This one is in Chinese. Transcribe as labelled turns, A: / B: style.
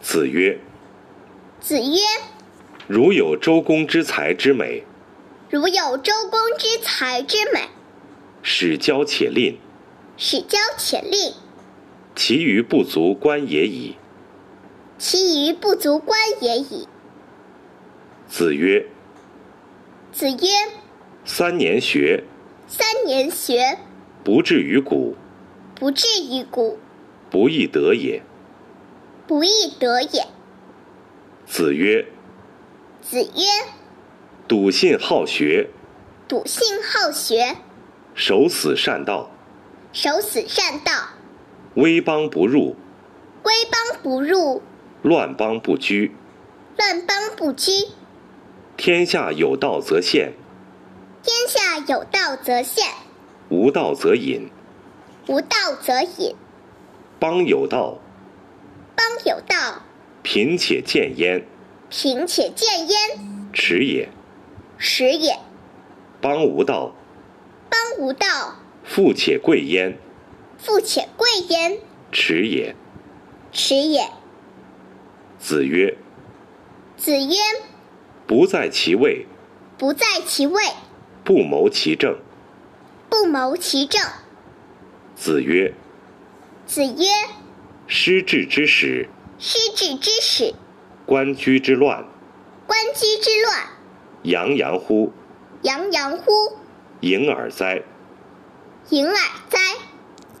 A: 子曰
B: 子曰：“
A: 如有周公之才之美，：“
B: 如有周公之才之美，
A: 始交且吝，
B: 始交且吝，
A: 其余不足观也已。”
B: 其余不足观也已。
A: 子曰”
B: 子曰：“
A: 三年学，：“
B: 三年学，
A: 不至于古，
B: 不至于古，
A: 不亦得也。
B: 不亦得也。”
A: 子曰”
B: 子曰：“
A: 笃信好学，：“
B: 笃信好学，
A: 守死善道，
B: 守死善道，
A: 危邦不入，
B: 规邦不入，
A: 乱邦不居。
B: 乱邦不居。
A: 天下有道则现，
B: 天下有道则现，
A: 无道则隐。
B: 无道则隐。
A: 邦有道，
B: 邦有道，
A: 贫且贱焉，
B: 贫且贱焉，
A: 耻也；
B: 耻也；
A: 邦无道，
B: 邦无道，
A: 富且贵焉，
B: 富且贵焉，
A: 耻也。
B: 耻也。”
A: 子曰：
B: 子曰
A: 不在其位，：“
B: 不在其位，
A: 不谋其政。
B: 不谋其政。”
A: 子曰：
B: 子曰
A: 失治之始，：“
B: 失治之始，
A: 官居之乱，
B: 官居之乱，
A: 洋洋乎，
B: 洋洋乎，
A: 盈而哉！
B: 盈耳哉！”